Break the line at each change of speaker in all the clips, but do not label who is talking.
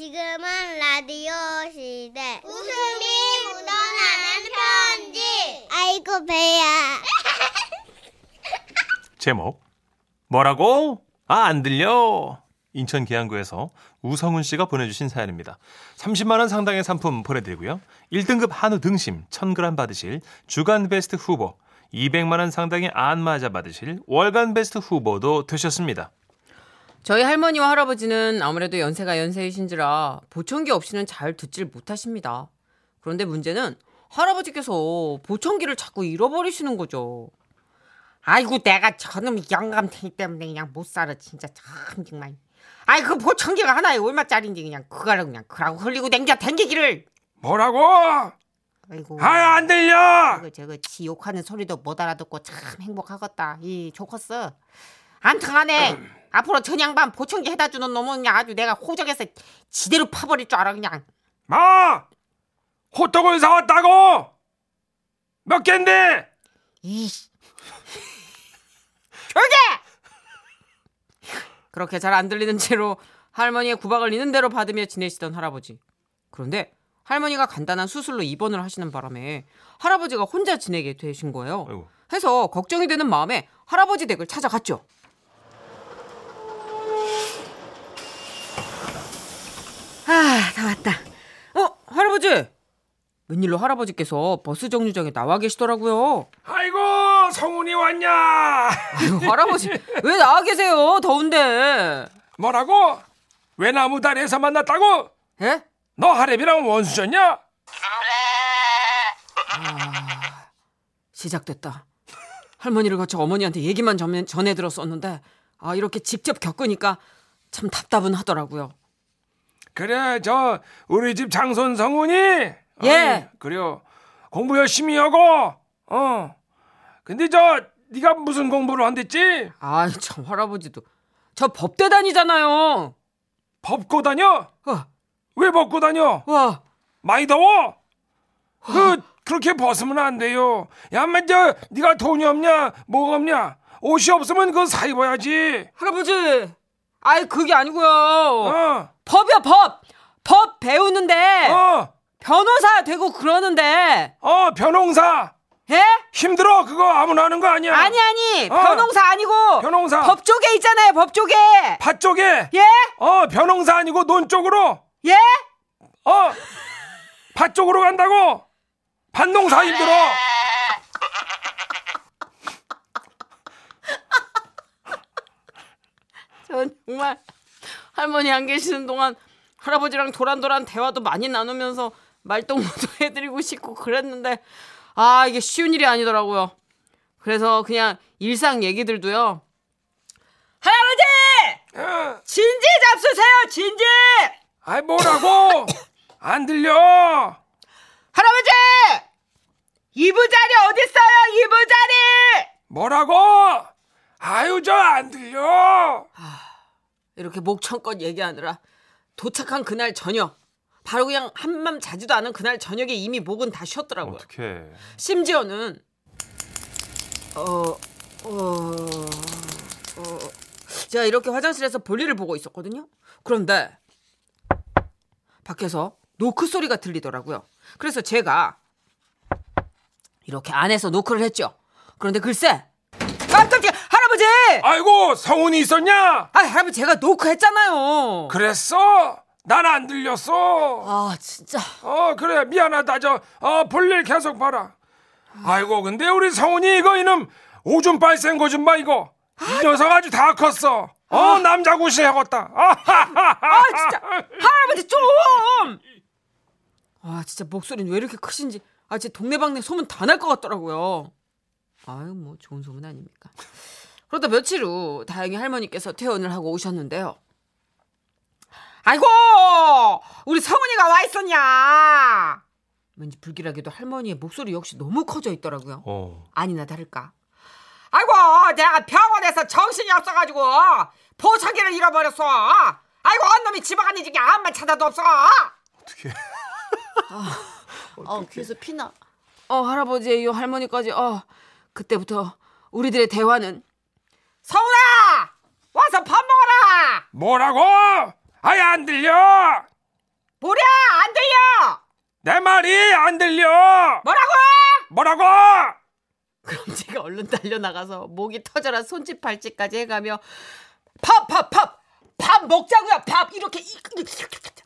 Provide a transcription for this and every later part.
지금은 라디오 시대. 웃음이 묻어나는 편지. 아이고, 배야.
제목 뭐라고? 아 안 들려. 인천 계양구에서 우성훈 씨가 보내주신 사연입니다. 30만 원 상당의 상품 보내드리고요. 1등급 한우 등심 1,000g 받으실 주간 베스트 후보, 200만 원 상당의 안마자 받으실 월간 베스트 후보도 되셨습니다.
저희 할머니와 할아버지는 아무래도 연세가 연세이신지라 보청기 없이는 잘 듣질 못하십니다. 그런데 문제는 할아버지께서 보청기를 자꾸 잃어버리시는 거죠.
아이고 내가 저놈 영감탱이 때문에 그냥 못 살아 진짜 참 정말 아이 그 보청기가 하나에 얼마짜리인지 그냥 그거를 그냥 그라고 흘리고 댕겨 댕기기를
뭐라고?
아이고
안 들려.
저거 저거 지 욕하는 소리도 못 알아듣고 참 행복하겠다 이 좋겠어 암튼간에 앞으로 전양반 보청기 해다 주는 놈은 그냥 아주 내가 호적에서 지대로 파버릴 줄 알아 그냥
마 뭐? 호떡을 사왔다고 몇 갠데?
이씨
그렇게 잘 안 들리는 채로 할머니의 구박을 있는 대로 받으며 지내시던 할아버지. 그런데 할머니가 간단한 수술로 입원을 하시는 바람에 할아버지가 혼자 지내게 되신 거예요.
아이고.
해서 걱정이 되는 마음에 할아버지 댁을 찾아갔죠. 아, 다 왔다. 어, 할아버지. 웬일로 할아버지께서 버스 정류장에 나와 계시더라고요.
아이고 성훈이 왔냐?
아유, 할아버지 왜 나와 계세요? 더운데.
뭐라고? 왜 나무다리에서 만났다고?
예?
너 하랩이랑 원수셨냐?
시작됐다. 할머니를 거쳐 어머니한테 얘기만 전해, 전해 들었었는데 아 이렇게 직접 겪으니까 참 답답은 하더라고요.
그래 저 우리 집 장손 성훈이
예.
그래요 공부 열심히 하고 어 근데 저 네가 무슨 공부를 한댔지?
아 참 할아버지도 저 법대 다니잖아요. 어,
법고 다녀?
와,
왜 법고 다녀?
와,
많이 더워? 그 그렇게 벗으면 안 돼요 야만 저 네가 돈이 없냐 뭐가 없냐 옷이 없으면 그거 사 입어야지
할아버지. 아이 그게 아니고요.
어어
법이야 법. 법 배우는데
어,
변호사 되고 그러는데
어, 변홍사
예?
힘들어 그거 아무나 하는 거 아니야
아니 아니
어.
변호사 아니고
변홍사.
법 쪽에 있잖아요 법 쪽에
밭 쪽에
예?
어 변홍사 아니고 논 쪽으로
예?
어밭 쪽으로 간다고 반농사 힘들어
전 정말 할머니 안 계시는 동안 할아버지랑 도란도란 대화도 많이 나누면서 말동무도 해드리고 싶고 그랬는데 아 이게 쉬운 일이 아니더라고요. 그래서 그냥 일상 얘기들도요. 할아버지
어,
진지 잡수세요 진지
아이 뭐라고 안 들려
할아버지 이부 자리 어디 있어요 이부 자리
뭐라고 아유 저 안 들려
이렇게 목청껏 얘기하느라 도착한 그날 저녁 바로 그냥 한밤 자지도 않은 그날 저녁에 이미 목은 다 쉬었더라고요.
어떻게
심지어는 어, 어, 어, 제가 이렇게 화장실에서 볼일을 보고 있었거든요. 그런데 밖에서 노크 소리가 들리더라고요. 그래서 제가 이렇게 안에서 노크를 했죠. 그런데 글쎄, 깜짝이야, 할아버지!
아이고 성훈이 있었냐
아, 할아버지 제가 노크했잖아요.
그랬어 난 안 들렸어
아, 진짜.
어 그래 미안하다 저어 볼일 계속 봐라 아이고 근데 우리 성훈이 이거 이놈 오줌 빨센 거 좀 봐 이거 이 녀석 아주 다 컸어 어 남자 구시 해겄다 아, 아하하하
아 진짜 할아버지 좀. 아 진짜 목소리는 왜 이렇게 크신지 아 진짜 동네방네 소문 다 날 것 같더라고요. 아유 뭐 좋은 소문 아닙니까. 그러다 며칠 후 다행히 할머니께서 퇴원을 하고 오셨는데요.
아이고 우리 성훈이가 와 있었냐
왠지 불길하게도 할머니의 목소리 역시 너무 커져 있더라고요.
어.
아니나 다를까. 아이고, 내가 병원에서 정신이 없어가지고 보청기를 잃어버렸어. 아이고, 언놈이 집어갔니 지금 암만 찾아도 없어.
아 귀에서 피나. 어 할아버지의 이 할머니까지 어 그때부터 우리들의 대화는
성훈아, 와서 밥 먹어라.
뭐라고 아예 안 들려
보랴 안 들려
내 말이 안 들려!
뭐라고
뭐라고?
그럼 제가 얼른 달려나가서 목이 터져라 손짓 발짓까지 해가며 밥 밥 밥 밥 먹자고요 밥 이렇게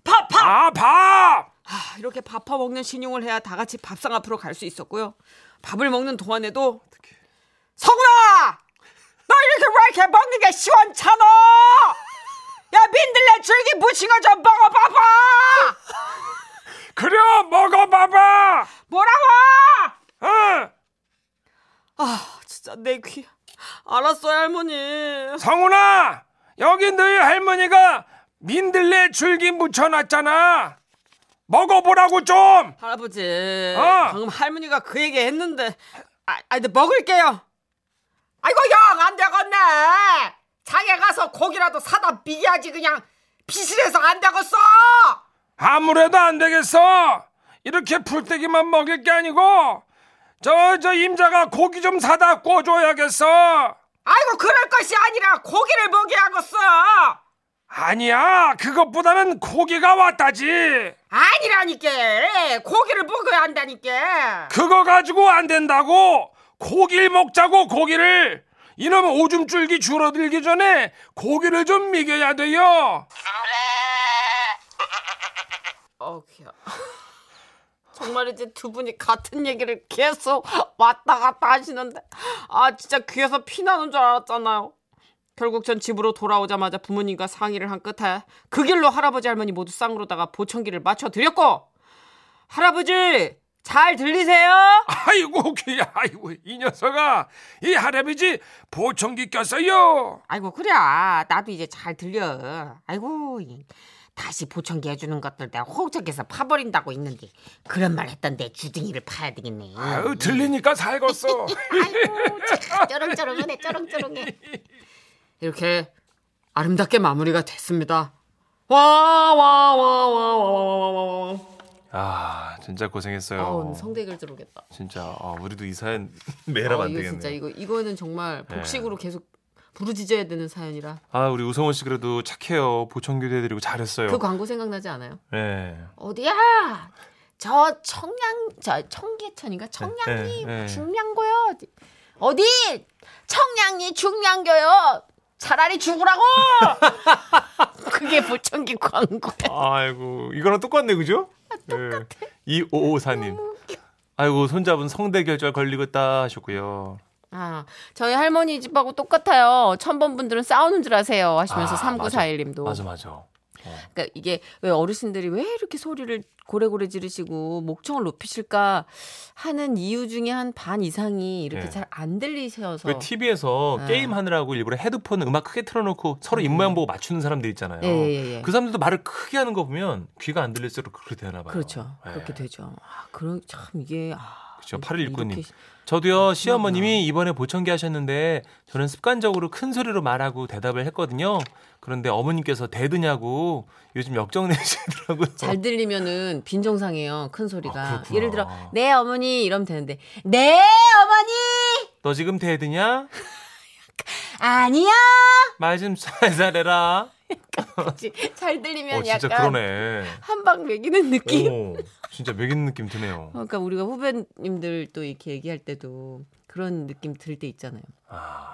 밥밥
아, 밥!
아, 이렇게 밥파 먹는 신용을 해야 다 같이 밥상 앞으로 갈 수 있었고요. 밥을 먹는 동안에도 성훈아, 너 이렇게 왜 이렇게 먹는 게 시원찮아? 야 민들레 줄기 무친 거 좀 먹어봐봐.
그려, 먹어봐봐! 어?
뭐라고?
응!
아 진짜 내 귀. 알았어요 할머니.
성훈아! 여기 너희 할머니가 민들레 줄기 묻혀놨잖아! 먹어보라고 좀!
할아버지,
어.
방금 할머니가 그 얘기 했는데, 아, 아, 근데 먹을게요. 아이고, 영, 안 되겠네. 장에 가서 고기라도 사다 비야지, 그냥. 비실해서 안 되겠어!
아무래도 안 되겠어. 이렇게 풀떼기만 먹일 게 아니고 저 저 임자가 고기 좀 사다 구워줘야겠어.
아이고, 그럴 것이 아니라 고기를 먹여야겠어!
아니야, 그것보다는 고기가 왔다지.
아니라니까! 고기를 먹어야 한다니까!
그거 가지고 안 된다고. 고기를 먹자고 고기를. 이놈 오줌줄기 줄어들기 전에 고기를 좀 미겨야 돼요.
어, 귀여 정말이지 두 분이 같은 얘기를 계속 왔다 갔다 하시는데 아 진짜 귀에서 피 나는 줄 알았잖아요. 결국 전 집으로 돌아오자마자 부모님과 상의를 한 끝에 그 길로 할아버지 할머니 모두 쌍으로다가 보청기를 맞춰 드렸고 할아버지 잘 들리세요?
아이고 귀야, 아이고 이 녀석아, 이 할아버지 보청기 꼈어요.
아이고 그래 나도 이제 잘 들려 아이고 이 다시 보청기 해주는 것들 내가 호적에서 파버린다고 했는데 그런 말 했던 내 주둥이를 파야 되겠네
아유 들리니까 살겄어.
아이고 참, 쩌렁쩌렁하네 쩌렁쩌렁해
이렇게 아름답게 마무리가 됐습니다. 와와와와와와와와
어. 아 진짜 고생했어요.
아우 성대결 들어오겠다.
진짜 아, 우리도 이 사연 매라면
어,
안
이거
되겠네요. 네.
진짜 이거 이거는 정말 복식으로 계속 부르짖어야 되는 사연이라
아 우리 우성원 씨 그래도 착해요. 보청기도 해드리고 잘했어요.
그 광고 생각나지 않아요?
예.
어디야? 저 청량 저 청계천인가 청량리
예, 예.
중량고요. 어디- 어디? 청량리 중량교요. 차라리 죽으라고. 그게 보청기 광고야.
아이고 이거랑 똑같네 그죠? 똑같아. 이 오오사님. 아이고 손잡은 성대 결절 걸리겠다 하셨고요.
아, 저희 할머니 집하고 똑같아요. 천번 분들은 싸우는 줄 아세요. 하시면서
아,
삼구사일님도.
맞아 맞아.
그러니까 이게 왜 어르신들이 왜 이렇게 소리를 고래고래 지르시고 목청을 높이실까 하는 이유 중에 한 반 이상이 이렇게
예.
잘 안 들리셔서.
왜 TV에서
아.
게임 하느라고 일부러 헤드폰 음악 크게 틀어놓고 서로 입모양 보고 맞추는 사람들 있잖아요.
예, 예, 예.
그 사람들도 말을 크게 하는 거 보면 귀가 안 들릴수록 그렇게 되나 봐요.
그렇죠.
예.
그렇게 되죠. 아, 그런 참 이게 아,
그렇죠. 8119님.
이렇게- 음,
저도요 시어머님이 이번에 보청기 하셨는데 저는 습관적으로 큰 소리로 말하고 대답을 했거든요. 그런데 어머님께서 대드냐고 요즘 역정 내시더라고요.
잘 들리면은 빈정상해요. 큰 소리가.
아, 그렇구나.
예를 들어 네 어머니 이러면 되는데 네 어머니
너 지금 대드냐?
아니요.
말 좀 살살 해라.
그치? 잘 들리면
어 진짜
약간
그러네.
한방 매기는 느낌. 어,
오, 진짜 매긴 느낌 드네요.
그러니까 우리가 후배님들 또 이렇게 얘기할 때도 그런 느낌 들 때 있잖아요.
아,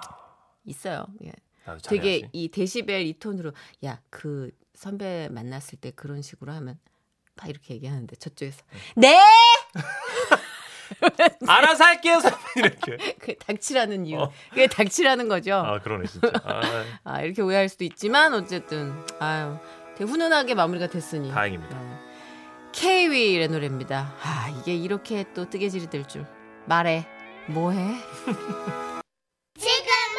있어요. 예.
나도 잘해야지.
되게 이 데시벨 이 톤으로 야 그 선배 만났을 때 그런 식으로 하면 막 이렇게 얘기하는데 저쪽에서 네
알아서 할게요, 선배님. 이렇게.
그 닥치라는 이유
어.
그게 닥치라는 거죠.
아 그러네 진짜. 아,
아, 이렇게 오해할 수도 있지만 어쨌든 아유 되게 훈훈하게 마무리가 됐으니
다행입니다.
음. 케이윌의 노래입니다. 아 이게 이렇게 또 뜨개질이 될 줄 말해 뭐해?
지금은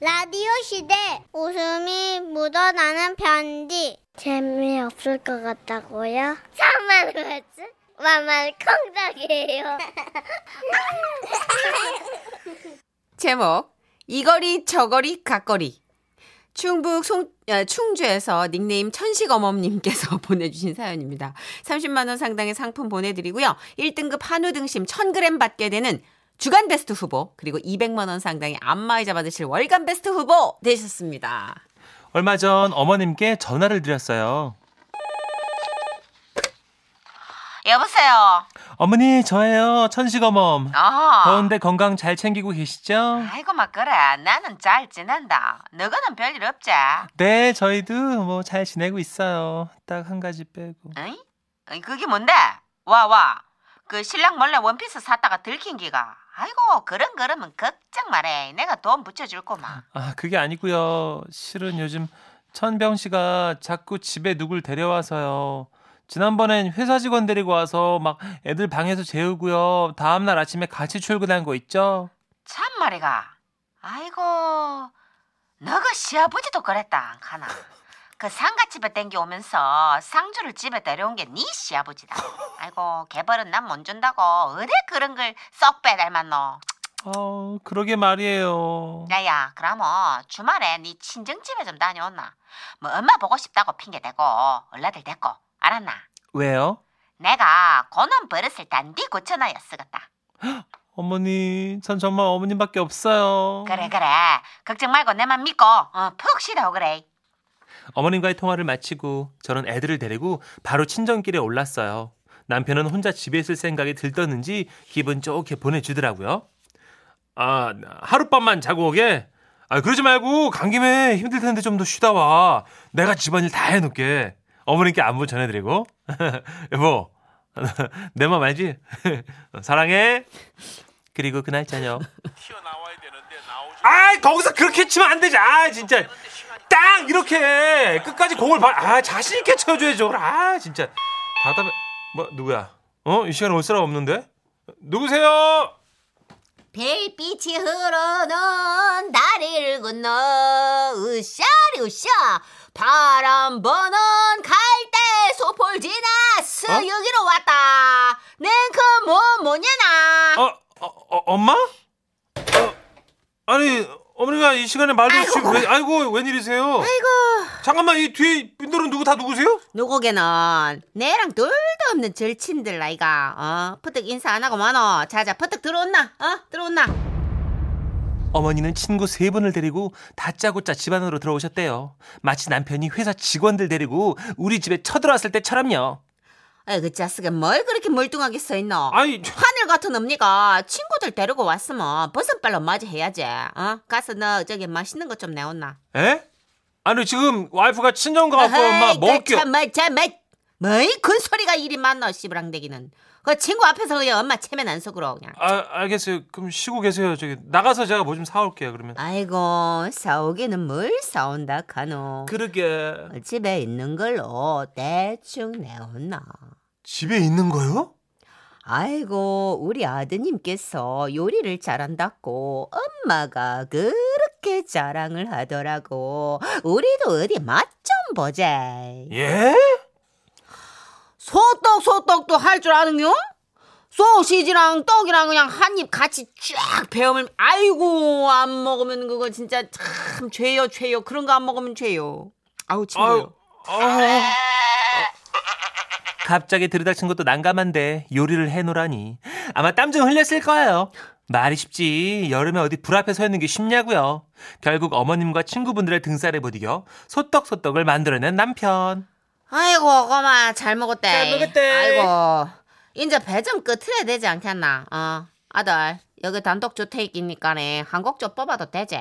라디오 시대 웃음이 묻어나는 편지 재미없을 것 같다고요? 참만 그랬지? 만만 콩닥이에요
제목 이거리 저거리 각거리 충북 송, 아, 충주에서 닉네임 천식어멈님께서 보내주신 사연입니다. 30만 원 상당의 상품 보내드리고요. 1등급 한우 등심 1000g 받게 되는 주간 베스트 후보 그리고 200만 원 상당의 안마의자 받으실 월간 베스트 후보 되셨습니다.
얼마 전 어머님께 전화를 드렸어요.
여보세요.
어머니, 저예요. 천식어멈.
아.
어.
더운데 건강 잘 챙기고 계시죠?
아이고 막 그래. 나는 잘 지낸다. 너거는 별일 없지.
네, 저희도 뭐 잘 지내고 있어요. 딱 한 가지 빼고.
응? 어이, 그게 뭔데? 와 와. 그 신랑 몰래 원피스 샀다가 들킨 기가. 아이고 그런 거라면 걱정 말해. 내가 돈 붙여줄거만.
아, 그게 아니고요. 실은 요즘 천병 씨가 자꾸 집에 누굴 데려와서요. 지난번엔 회사 직원 데리고 와서 막 애들 방에서 재우고요. 다음 날 아침에 같이 출근한 거 있죠?
참 말이가. 아이고 너가 시아버지도 그랬다 하나. 그 상가집에 땡겨오면서 상주를 집에 데려온 게 네 시아버지다. 아이고 개벌은 난 못 준다고 어디 그런 걸 쏙 빼닮았노.
아, 그러게 말이에요.
야야 그러면 주말에 네 친정집에 좀 다녀오나. 뭐 엄마 보고 싶다고 핑계대고 얼라들 됐고 알았나.
왜요?
내가 고놈 버릇을 단디 고쳐놔야 쓰겠다.
어머니, 전 정말 어머님밖에 없어요.
음.
그래 그래 걱정 말고 내 맘 믿고 어, 푹 쉬라고 그래.
어머님과의 통화를 마치고 저는 애들을 데리고 바로 친정길에 올랐어요. 남편은 혼자 집에 있을 생각이 들떴는지 기분 좋게 보내주더라고요. 아, 하룻밤만 자고 오게? 아, 그러지 말고 간 김에 힘들 텐데 좀 더 쉬다 와. 내가 집안일 다 해놓게. 어머님께 안부 전해드리고. 여보, 내 맘 알지? 사랑해. 그리고 그날 저녁. 아 거기서 그렇게 치면 안 되지 아 진짜 딱 이렇게 끝까지 공을 발아 자신 있게 쳐줘야죠 아 진짜 바다에 뭐 누구야 어 이 시간에 올 사람 없는데 누구세요
별빛이 흐르는 다리를 건너 으쌰리 으쌰 바람 부는 갈대 소폴 지나 스
어?
여기로 왔다 냉큼 뭐 뭐냐나
어, 어, 어, 엄마 어, 아니 어머니가 이 시간에 말해주시고 왜, 아이고 웬일이세요 아이고 잠깐만 이 뒤에 빈들은 누구 다 누구세요
누구게는 내랑 둘도 없는 절친들 아이가 어 퍼뜩 인사 안 하고 마노 자자 퍼뜩 들어온나 어 들어온나
어머니는 친구 세 분을 데리고 다짜고짜 집안으로 들어오셨대요 마치 남편이 회사 직원들 데리고 우리 집에 쳐들어왔을 때처럼요
에이 그 자식은 뭘 그렇게 멀뚱하게 서있노
아이
하늘 같은 엄니가 친구들 데리고 왔으면 버선발로 맞이해야지. 어? 가서 너 저기 맛있는 것 좀 내온나.
에? 아니 지금 와이프가 친정 가갖고 아, 엄마 먹을게요.
그 참말 참말. 뭐이 큰 소리가 이리 많노 씨부랑대기는. 그 친구 앞에서 그냥 엄마 체면 안 속으로 그냥.
아 알겠어요. 그럼 쉬고 계세요. 저기 나가서 제가 뭐 좀 사올게요. 그러면.
아이고 사오기는 뭘 사온다 카노.
그러게.
어, 집에 있는 걸로 대충 내온나.
집에 있는 거요?
아이고 우리 아드님께서 요리를 잘한다고 엄마가 그렇게 자랑을 하더라고 우리도 어디 맛 좀 보자
예?
소떡 소떡도 할 줄 아는겨? 소시지랑 떡이랑 그냥 한 입 같이 쫙 베어물 아이고 안 먹으면 그거 진짜 참 죄요 죄요 그런 거 안 먹으면 죄요 아우 친구요
아유. 아유. 갑자기 들이닥친 것도 난감한데 요리를 해놓으라니 아마 땀 좀 흘렸을 거예요. 말이 쉽지 여름에 어디 불 앞에 서 있는 게 쉽냐고요. 결국 어머님과 친구분들의 등살에 못 이겨 소떡소떡을 만들어낸 남편.
아이고 고마 잘 먹었대.
잘 먹었대.
아이고 이제 배 좀 끄트려야 되지 않겠나? 어 아들 여기 단독 주택이니까네 한곡 좀 뽑아도 되지?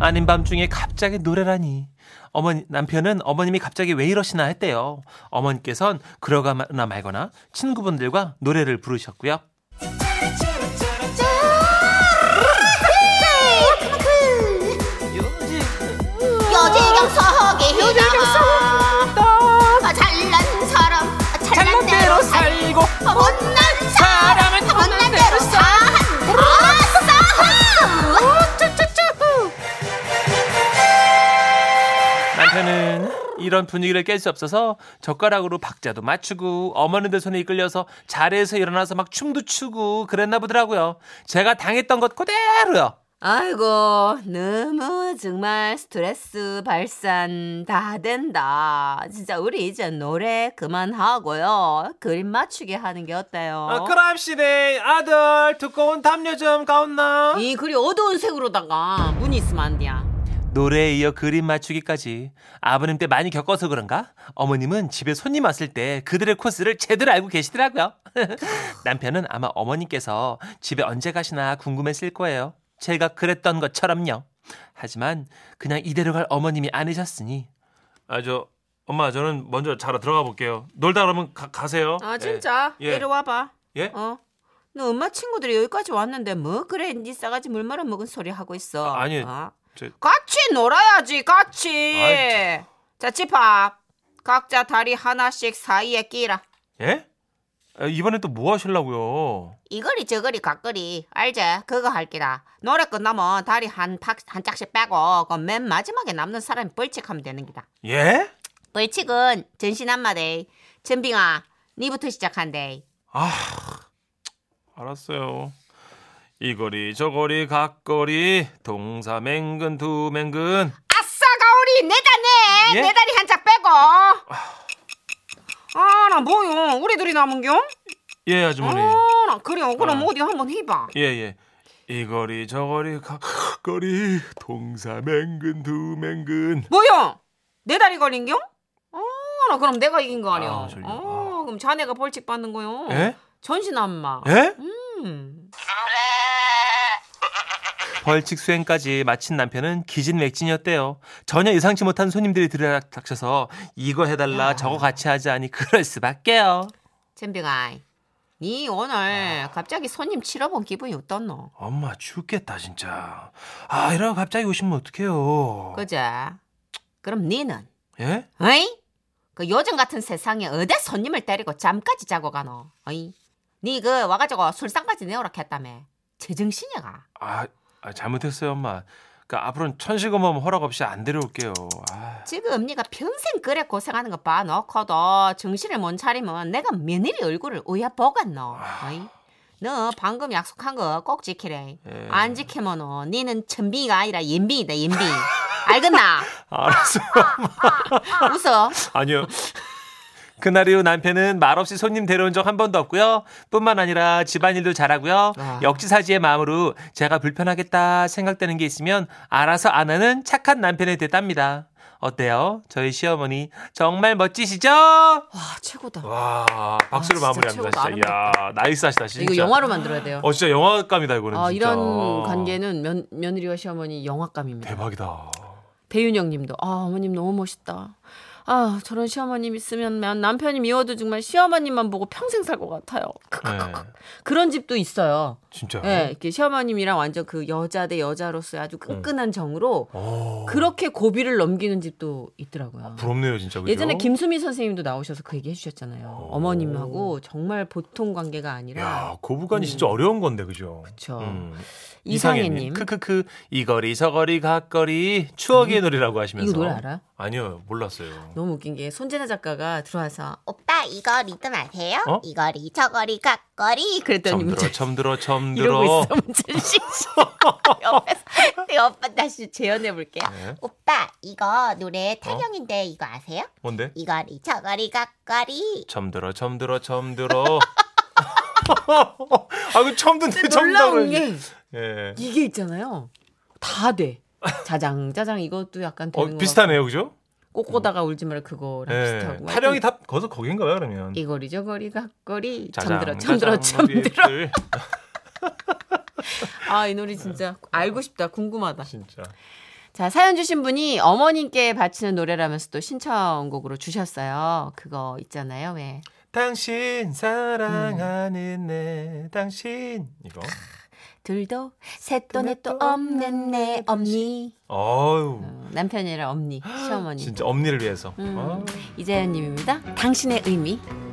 아닌 밤중에 갑자기 노래라니. 어머니 남편은 어머님이 갑자기 왜 이러시나 했대요. 어머니께선 그러거나 말거나 친구분들과 노래를 부르셨고요.
아, 여지경 서기 희망아 아, 잘난 사람 아, 잘난 대로 살고
어,
못난 사람은 못난 대로 사한다
아,
아싸 쭈쭈쭈
남편은 이런 분위기를 깰 수 없어서 젓가락으로 박자도 맞추고 어머니들 손에 이끌려서 자리에서 일어나서 막 춤도 추고 그랬나 보더라고요. 제가 당했던 것 그대로요.
아이고 너무 정말 스트레스 발산 다 된다. 진짜 우리 이제 노래 그만하고요. 그림 맞추게 하는 게 어때요?
아, 그랍시네 아들 두꺼운 담요 좀 가온나.
이 그리 어두운 색으로다가 문이 있으면 안 돼요.
노래에 이어 그림 맞추기까지 아버님 때 많이 겪어서 그런가? 어머님은 집에 손님 왔을 때 그들의 코스를 제대로 알고 계시더라고요. 남편은 아마 어머님께서 집에 언제 가시나 궁금했을 거예요. 제가 그랬던 것처럼요. 하지만 그냥 이대로 갈 어머님이 아니셨으니. 아 저 엄마 저는 먼저 자러 들어가 볼게요. 놀다 그러면 가, 세요
아 진짜
예.
이리 와봐.
예?
어. 너 엄마 친구들이 여기까지 왔는데 뭐 그래 니 싸가지 물 말아 먹은 소리 하고 있어.
아, 아니,
어?
저-
같이 놀아야지 같이.
아이,
자 집합. 각자 다리 하나씩 사이에 끼라.
예? 아, 이번에 또 뭐 하시려고요?
이거리 저거리 각거리 알제 그거 할 기다 노래 끝나면 다리 한, 팍, 한 짝씩 빼고 그 맨 마지막에 남는 사람이 벌칙하면 되는 기다
예?
벌칙은 전신 한마디 전빙아 니부터 시작한대
아, 알았어요. 이거리 저거리 각거리 동사맹근 두맹근
아싸 가오리 내 다네
예?
내 다리 한 짝 빼고
아 나 뭐요 우리 둘이 남은겨?
예 아주머니
어나 그래요 그럼
아.
어디 한번 해봐
예예 이거리 저거리 각거리 동사맹근 두맹근
뭐요 내 다리 걸린겨? 아, 어나 그럼 내가 이긴 거 아니야
아,
어
저기요.
그럼 자네가 벌칙 받는 거요
예?
전신안마
예?
음.
벌칙 수행까지 마친 남편은 기진맥진이었대요. 전혀 예상치 못한 손님들이 들이닥쳐서 이거 해달라 저거 같이 하자 하니 그럴 수밖에요.
전빙아 니 오늘
아.
갑자기 손님 치러본 기분이 어떻노
엄마 죽겠다 진짜. 아 이러고 갑자기 오시면 어떡해요.
그제 그럼 니는
예?
어이? 그 요즘 같은 세상에 어디 손님을 데리고 잠까지 자고 가노? 어이? 니 그 와가지고 술상까지 내오라 했다며? 제정신이가?
아, 아, 잘못했어요 엄마. 그러니까 앞으로는 천식어머머 허락 없이 안 데려올게요. 아,
지금 니가 평생 그래 고생하는 거 봐놓고도 정신을 못 차리면 내가 며느리 얼굴을 우야보겠노? 어이? 너 방금 약속한 거 꼭 지키래.
예.
안 지키면은 니는 천빙이가 아니라 옌빙이다 옌빙. 알겠나?
아, 알았어요.
웃어.
아니요. 그날 이후 남편은 말없이 손님 데려온 적 한 번도 없고요. 뿐만 아니라 집안일도 잘하고요. 역지사지의 마음으로 제가 불편하겠다 생각되는 게 있으면 알아서 안 하는 착한 남편이 됐답니다. 어때요? 저희 시어머니 정말 멋지시죠?
와 최고다.
와 박수로
아, 진짜
마무리합니다.
최고다.
진짜. 이야 나이스하시다 진짜.
이거 영화로 만들어야 돼요.
어 진짜 영화감이다 이거는
아,
진짜.
이런 관계는 면, 며느리와 시어머니 영화감입니다.
대박이다.
배윤영님도 아 어머님 너무 멋있다. 아 저런 시어머님 있으면 난 남편이 미워도 정말 시어머님만 보고 평생 살 것 같아요.
네,
그런 집도 있어요.
진짜.
예, 이렇게 시어머님이랑 완전 그 여자 대 여자로서의 아주 끈끈한 정으로
오,
그렇게 고비를 넘기는 집도 있더라고요.
어. 아, 부럽네요 진짜. 그죠?
예전에 김수미 선생님도 나오셔서 그 얘기 해주셨잖아요. 어머님하고 정말 보통 관계가 아니라
야 고부간이 진짜 어려운 건데 그죠.
그쵸.
음.
이상해님.
크크크 이거리 저거리 각거리 추억의 노래라고 하시면서
음? 이거 노래 알아?
아니요 몰랐어요.
너무 웃긴 게 손재나 작가가 들어와서
오빠 이거 리듬 아세요?
어?
이거리 저거리 각거리
그랬더니
점들어
네, 문제
점들어 점들어.
이러고 있어 문제식.
옆에서 내 오빠 다시
재연해 볼게요.
네.
오빠 이거
어?
노래 타령인데 이거 아세요?
뭔데?
이거리 저거리 각거리
점들어 점들어 점들어. 아그 처음 듣는
놀라운 게
예.
이게 있잖아요. 다 돼. 자장 자장 이것도 약간
어
되는 거
비슷하네요 그죠?
꼬꼬다가 울지 말라 그거랑
예.
비슷하고.
타령이 다 거기서 거긴가요 그러면?
이거리 저거리 각거리
자장,
잠들어
자장,
잠들어
우리
잠들어.
애들.
아 이 노래 진짜 알고 싶다 궁금하다.
진짜.
자, 사연 주신 분이 어머님께 바치는 노래라면서 또 신청곡으로 주셨어요. 그거 있잖아요. 왜?
당신 사랑하는 내 당신 이거.
음. 둘도 셋도 넷도 없는 내 엄니.
어우
어, 남편이라 엄니, 시어머니.
진짜 엄니를 위해서. 어.
음,
아우.
이자연님입니다. 당신의 의미.